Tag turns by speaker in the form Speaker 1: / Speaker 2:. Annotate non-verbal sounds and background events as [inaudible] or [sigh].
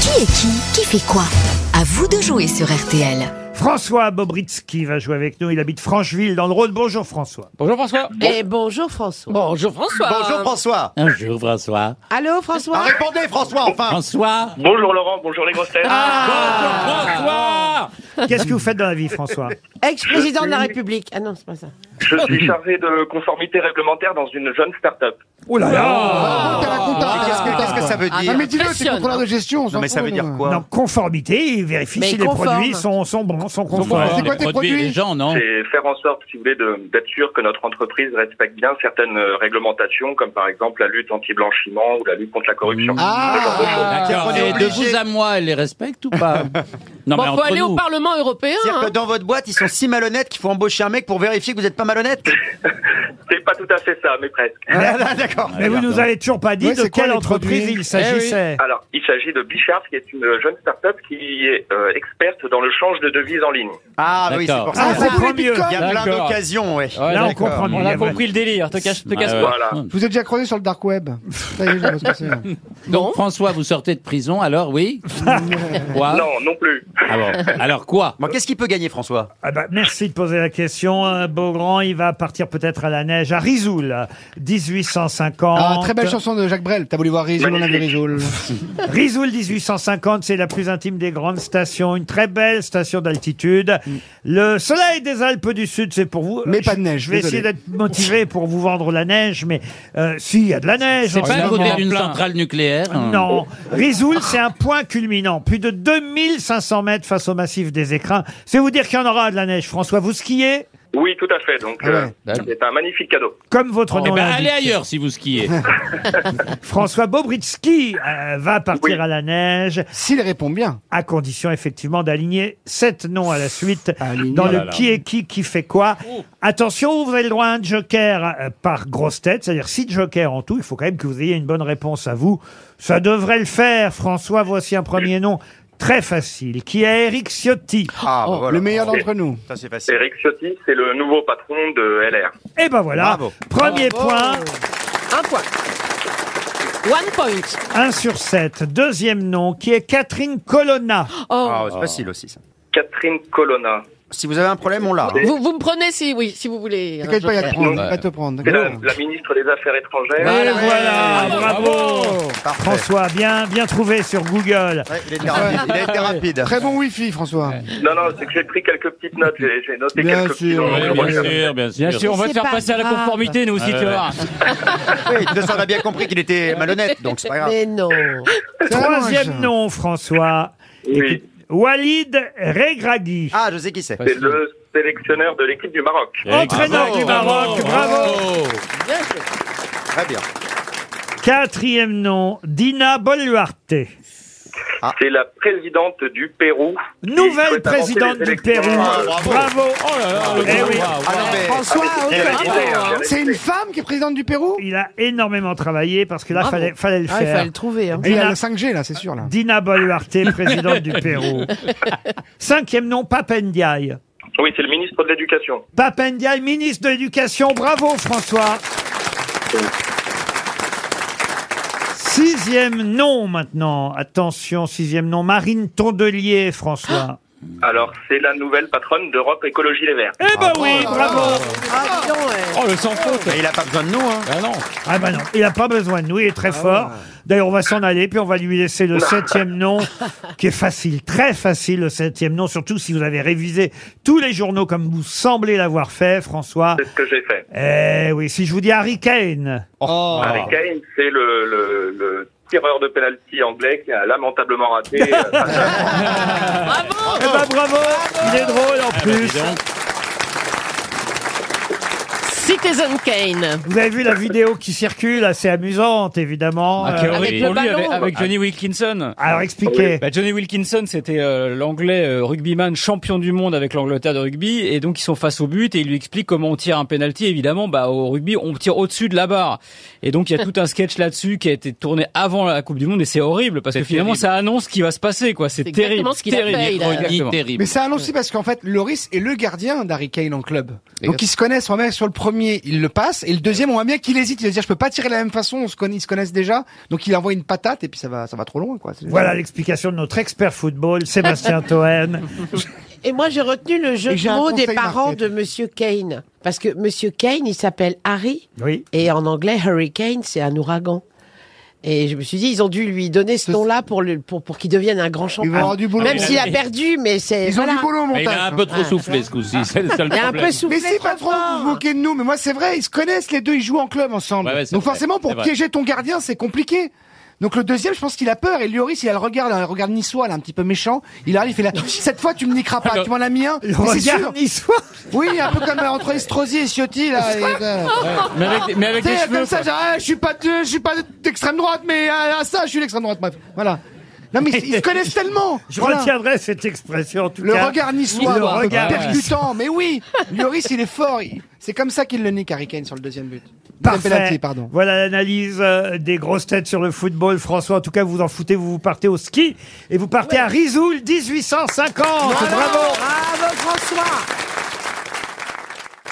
Speaker 1: Qui est qui Qui fait quoi À vous de jouer sur RTL.
Speaker 2: François Bobritsky va jouer avec nous. Il habite Francheville dans le Rhône. Bonjour
Speaker 3: [laughs]
Speaker 2: François.
Speaker 4: Bonjour François.
Speaker 3: Et Eh, bonjour François.
Speaker 4: Bonjour François.
Speaker 5: Bonjour François.
Speaker 4: Bonjour François.
Speaker 3: Allô
Speaker 5: Ah,
Speaker 3: François
Speaker 5: répondez François enfin.
Speaker 4: François.
Speaker 6: Bonjour Laurent, bonjour les grosses têtes.
Speaker 4: François.
Speaker 2: Qu'est-ce que vous faites dans la vie François
Speaker 3: Ex-président de la République. Ah non, c'est pas ça.
Speaker 6: Je suis chargé de conformité réglementaire dans une jeune start-up.
Speaker 2: Oh là là
Speaker 3: Ah.
Speaker 4: Ah,
Speaker 5: Mais qu'est-ce que- Qu'est-ce que ça veut dire
Speaker 7: Ah, Mais dis-le, c'est contrôleur de gestion. on s'en
Speaker 5: Non mais ça
Speaker 7: fout,
Speaker 5: veut dire
Speaker 7: nous.
Speaker 2: Dans
Speaker 5: quoi
Speaker 2: conformité, il vérifie
Speaker 3: Mais
Speaker 2: si les
Speaker 3: conforme.
Speaker 2: produits sont, sont bons, sont conformes.
Speaker 7: C'est quoi
Speaker 4: Les
Speaker 7: tes
Speaker 4: produits et
Speaker 7: produits
Speaker 4: les gens, non
Speaker 6: C'est faire en sorte, si vous voulez, de- d'être sûr que notre entreprise respecte bien certaines euh, réglementations, comme par exemple la lutte anti-blanchiment ou la lutte contre la corruption.
Speaker 7: Ah.
Speaker 6: Ce genre de choses.
Speaker 4: D'accord.
Speaker 5: on est
Speaker 4: Et de
Speaker 5: obligé.
Speaker 4: vous à moi, elle les respecte ou
Speaker 6: [laughs]
Speaker 4: pas
Speaker 8: Bon,
Speaker 4: Non, mais
Speaker 8: faut
Speaker 4: entre
Speaker 8: aller au
Speaker 4: nous.
Speaker 8: Parlement européen.
Speaker 5: C'est-à-dire
Speaker 8: hein.
Speaker 5: que dans votre boîte, ils sont si malhonnêtes qu'il faut embaucher un mec pour vérifier que vous n'êtes pas malhonnête
Speaker 6: C'est pas tout à fait ça, mais presque.
Speaker 5: Ah, D'accord.
Speaker 2: Mais vous nous avez toujours pas dit
Speaker 7: Ouais,
Speaker 2: de
Speaker 7: c'est quoi
Speaker 2: quelle
Speaker 7: les
Speaker 2: entreprise
Speaker 7: produits
Speaker 2: il s'agissait.
Speaker 6: Alors, il s'agit de Bichard, qui est une jeune start-up qui est euh, experte dans le change de devises en ligne.
Speaker 5: Ah oui, c'est pour
Speaker 4: D'accord.
Speaker 2: Ah,
Speaker 5: ça. Il y a-
Speaker 2: c'est
Speaker 7: pour les
Speaker 2: mieux.
Speaker 7: bitcoins.
Speaker 5: il y a plein
Speaker 4: D'accord.
Speaker 5: d'occasions, ouais.
Speaker 2: Là, on comprend mieux.
Speaker 9: On a
Speaker 2: Gabriel.
Speaker 9: compris le délire, te cache, te cache
Speaker 4: Ah ouais.
Speaker 9: pas.
Speaker 6: Voilà.
Speaker 7: Je vous ai déjà croisé sur le dark
Speaker 5: [laughs]
Speaker 7: web. Ça y est, je vois ce que c'est.
Speaker 4: Donc François, vous sortez de prison, alors oui Quoi
Speaker 6: [laughs] Non, non plus.
Speaker 4: Ah bon. Alors quoi
Speaker 5: Bon, qu'est-ce qu'il peut gagner François
Speaker 2: Ah bah, merci de poser la question. Euh, Beaugrand, il va partir peut-être à la neige à Risoul, 1850.
Speaker 7: Ah, très belle chanson de Jacques Brel. T'as voulu voir
Speaker 5: Bah,
Speaker 7: Rizoul, on a vu
Speaker 5: [laughs]
Speaker 7: Rizoul.
Speaker 2: Risoul 1850, c'est la plus intime des grandes stations, une très belle station d'altitude. Le soleil des Alpes du Sud, c'est pour vous.
Speaker 7: Mm. Mais
Speaker 2: Je-
Speaker 7: pas de neige,
Speaker 2: Je vais
Speaker 7: désolé.
Speaker 2: essayer d'être motivé pour vous vendre la neige, mais euh, si, il y a de la neige.
Speaker 4: C'est
Speaker 2: en
Speaker 4: pas
Speaker 2: ce
Speaker 4: à côté
Speaker 2: moment.
Speaker 4: d'une centrale nucléaire hein
Speaker 2: Non. Risoul, c'est un point culminant. Plus de 2500 mètres face au massif des écrins. C'est vous dire qu'il y en aura de la neige. François, vous skiez
Speaker 6: Oui, tout à fait. Donc, euh, c'est un magnifique cadeau.
Speaker 2: comme votre
Speaker 4: Eh
Speaker 2: nom
Speaker 4: ben,
Speaker 2: l'indique.
Speaker 4: allez ailleurs si vous skiez.
Speaker 2: François Bobritsky euh, va partir
Speaker 6: Oui.
Speaker 2: à la neige.
Speaker 7: S'il répond bien.
Speaker 2: à condition effectivement d'aligner sept noms à la suite
Speaker 7: Aligner.
Speaker 2: dans
Speaker 4: Oh
Speaker 2: le
Speaker 4: là là.
Speaker 2: qui est qui qui fait quoi. Attention, vous avez le droit à un joker euh, par grosse tête, c'est-à-dire six jokers en tout, il faut quand même que vous ayez une bonne réponse à vous. Ça devrait le faire, François, voici un premier nom très facile, qui est Eric Ciotti.
Speaker 5: Ah, bah voilà.
Speaker 7: Le meilleur d'entre nous.
Speaker 5: Ça c'est facile.
Speaker 6: Eric Ciotti, c'est le nouveau patron de LR.
Speaker 2: Et ben voilà,
Speaker 5: Bravo.
Speaker 2: premier point,
Speaker 3: Un point.
Speaker 8: One point.
Speaker 2: 1 sur 7. Deuxième nom, qui est Catherine Colonna.
Speaker 8: Oh.
Speaker 5: Ah, c'est facile aussi ça.
Speaker 6: Catherine Colonna.
Speaker 5: Si vous avez un problème, on l'a. hein.
Speaker 8: Vous, vous me prenez si, oui, si vous voulez. un
Speaker 3: hein,
Speaker 7: T'inquiète pas, il va
Speaker 8: joker.
Speaker 7: te prendre. il va te prendre.
Speaker 6: C'est la,
Speaker 7: Go.
Speaker 6: la ministre des Affaires étrangères.
Speaker 2: Et voilà, bravo
Speaker 5: Parfait.
Speaker 2: François, bien, bien trouvé sur Google.
Speaker 5: Ouais, il a été rapide. Il a été rapide.
Speaker 7: Très bon wifi, François.
Speaker 6: Non, non, c'est que j'ai pris quelques petites notes. J'ai j'ai noté
Speaker 7: Bien
Speaker 6: quelques petits
Speaker 7: sûr,
Speaker 6: noms.
Speaker 7: oui,
Speaker 4: Ouais,
Speaker 6: Je
Speaker 4: bien
Speaker 6: regarde.
Speaker 4: sûr, bien sûr.
Speaker 9: Bien sûr, on va
Speaker 3: Mais
Speaker 9: te
Speaker 3: c'est
Speaker 9: faire
Speaker 3: pas
Speaker 9: passer à la
Speaker 3: grave.
Speaker 9: conformité, nous aussi, tu vois.
Speaker 5: Oui, de ça, on a bien compris qu'il était malhonnête, donc c'est pas grave.
Speaker 3: Mais non.
Speaker 7: C'est vraiment un
Speaker 2: Troisième
Speaker 7: jeu.
Speaker 2: nom, François.
Speaker 6: Oui,
Speaker 2: Walid Regragui,
Speaker 5: Ah, je sais qui c'est.
Speaker 6: c'est le sélectionneur de l'équipe du Maroc.
Speaker 4: Eh,
Speaker 2: entraîneur du Maroc. Bravo.
Speaker 5: Très bien.
Speaker 2: Quatrième nom, Dina Boluarte.
Speaker 6: C'est la présidente du Pérou. qui
Speaker 2: Nouvelle
Speaker 6: souhaite avancer
Speaker 2: présidente
Speaker 6: les
Speaker 2: du
Speaker 6: élections.
Speaker 2: Pérou.
Speaker 5: Ah, bravo.
Speaker 2: Bravo.
Speaker 9: Oh là là,
Speaker 2: Eh oui.
Speaker 5: Ah non, mais-
Speaker 7: François,
Speaker 3: Eh
Speaker 6: Il y avait des idées, hein, il y avait
Speaker 7: Ah, c'est
Speaker 6: des
Speaker 7: une
Speaker 6: idées.
Speaker 7: femme qui est présidente du Pérou
Speaker 2: Il a énormément travaillé parce que là, fallait, fallait le
Speaker 3: Ah, il fallait
Speaker 2: faire.
Speaker 3: le trouver. hein.
Speaker 7: Et il y a
Speaker 2: Dina-
Speaker 7: le 5G là, c'est sûr là.
Speaker 2: Dina Boluarte,
Speaker 3: [laughs]
Speaker 2: présidente du Pérou. Cinquième nom, Papendiaï.
Speaker 6: Oui, c'est le ministre de l'Éducation.
Speaker 2: Papendiaï, ministre de l'Éducation. Bravo, François. Sixième nom maintenant. Attention, sixième nom. Marine Tondelier, François.
Speaker 6: Alors, c'est la nouvelle patronne d'Europe Écologie Les Verts.
Speaker 2: Eh ben oui, bravo.
Speaker 3: Ah, dis donc, ouais.
Speaker 9: Oh, le sans faute.
Speaker 5: Mais il a pas besoin de nous, hein.
Speaker 9: Ah non.
Speaker 2: Ah bah non, il n'a pas besoin de nous, il est très fort. D'ailleurs, on va s'en aller, puis on va lui laisser le septième nom, qui est facile, très facile le septième nom, surtout si vous avez révisé tous les journaux comme vous semblez l'avoir fait, François.
Speaker 6: C'est ce que j'ai fait.
Speaker 2: Eh oui, si je vous dis Harry Kane,
Speaker 7: Ah.
Speaker 6: Harry Kane, c'est le, le- le tireur de penalty anglais qui a lamentablement raté. euh,
Speaker 2: eh ben bravo, il est drôle en
Speaker 7: Eh ben,
Speaker 2: plus.
Speaker 8: Citizen Kane.
Speaker 2: Vous avez vu la vidéo qui circule, assez amusante évidemment.
Speaker 7: Ah,
Speaker 2: Euh,
Speaker 8: Avec
Speaker 9: Ah, Avec,
Speaker 8: le ballon.
Speaker 9: avec, avec Johnny Wilkinson.
Speaker 2: alors expliquez.
Speaker 7: ben.
Speaker 9: Bah, Johnny Wilkinson, c'était euh, l'anglais euh, rugbyman champion du monde avec l'Angleterre de rugby, et donc ils sont face au but et il lui explique comment on tire un penalty. Évidemment, bah au rugby, on tire au-dessus de la barre, et donc il y a tout un sketch là-dessus qui a été tourné avant la Coupe du Monde et c'est horrible parce que finalement ça annonce ce qui va se passer, quoi. C'est
Speaker 8: C'est
Speaker 9: terrible,
Speaker 8: exactement ce qu'il a
Speaker 9: terrible.
Speaker 8: fait, il a-
Speaker 4: Ni
Speaker 9: Exactement.
Speaker 4: terrible.
Speaker 7: Mais ça annonce aussi parce qu'en fait, Loris est le gardien d'Harry Kane en club. Donc ils se connaissent, on va sur le premier, il le passe, et le deuxième, on voit bien qu'il hésite, il va se dire, je peux pas tirer de la même façon, on se connaît, ils se connaissent déjà, donc il envoie une patate, et puis ça va, ça va trop loin, quoi. C'est-
Speaker 2: Voilà l'explication de notre expert football, Sébastien Toen.
Speaker 7: [laughs]
Speaker 3: Et moi, j'ai retenu le jeu
Speaker 7: Et j'ai
Speaker 3: de
Speaker 7: un
Speaker 3: mots des
Speaker 7: conseil
Speaker 3: parents
Speaker 7: marqué.
Speaker 3: de Monsieur Kane. Parce que Monsieur Kane, il s'appelle Harry.
Speaker 2: Oui.
Speaker 3: Et en anglais, Hurricane, c'est un ouragan. Et je me suis dit, ils ont dû lui donner ce nom-là pour, le- pour, pour qu'il devienne un grand
Speaker 7: Ils vont
Speaker 3: champion. Ah,
Speaker 7: avoir du boulot.
Speaker 3: Même
Speaker 7: Ils
Speaker 3: s'il a perdu, mais c'est.
Speaker 7: ont
Speaker 3: voilà.
Speaker 7: du boulot au
Speaker 4: Ah, Mais
Speaker 7: montage.
Speaker 4: Eh, il a un peu trop
Speaker 3: Ouais.
Speaker 4: soufflé ce coup-ci, c'est le seul
Speaker 3: Il a un
Speaker 4: problème.
Speaker 3: peu
Speaker 7: Mais
Speaker 3: soufflé.
Speaker 7: si,
Speaker 3: trop
Speaker 7: patron,
Speaker 3: fort.
Speaker 7: vous vous moquez de nous, mais moi c'est vrai, ils se connaissent les deux, ils jouent en club ensemble.
Speaker 4: Ouais, ouais, c'est
Speaker 7: Donc
Speaker 4: vrai,
Speaker 7: forcément,
Speaker 4: c'est
Speaker 7: pour
Speaker 4: vrai.
Speaker 7: piéger ton gardien, c'est compliqué. Donc le deuxième, je pense qu'il a peur. Et Lloris, il a le regard, un regard niçois, là, un petit peu méchant. Il arrive, il
Speaker 4: [laughs]
Speaker 7: fait là, cette fois, tu me niqueras pas, tu m'en as mis un. Mais
Speaker 2: Le
Speaker 7: c'est sûr.
Speaker 2: regard niçois.
Speaker 7: Oui, un peu comme euh, entre Estrosi et Ciotti, là. et, euh,
Speaker 9: Mais avec, des- mais avec
Speaker 7: tu
Speaker 9: des
Speaker 7: sais,
Speaker 9: cheveux.
Speaker 7: comme ça, genre, Ah, je suis pas, de- je suis pas d'extrême droite, mais à, à ça, je suis l'extrême droite. Bref, voilà. Non mais ils se connaissent tellement.
Speaker 2: [laughs] Je
Speaker 7: Voilà.
Speaker 2: retiendrai cette expression en tout
Speaker 7: Le
Speaker 2: cas.
Speaker 7: regard niçois,
Speaker 2: Le
Speaker 7: un peu
Speaker 2: regard
Speaker 7: percutant, mais oui, Lloris il est fort, il- c'est comme ça qu'il le nique Harry Kane sur le deuxième but. Deuxième
Speaker 2: Parfait.
Speaker 7: penalty, pardon.
Speaker 2: Voilà l'analyse euh, des grosses têtes sur le football. François, en tout cas, vous vous en foutez, vous vous partez au ski et vous partez à Risoul 1850. Bravo
Speaker 3: Bravo, François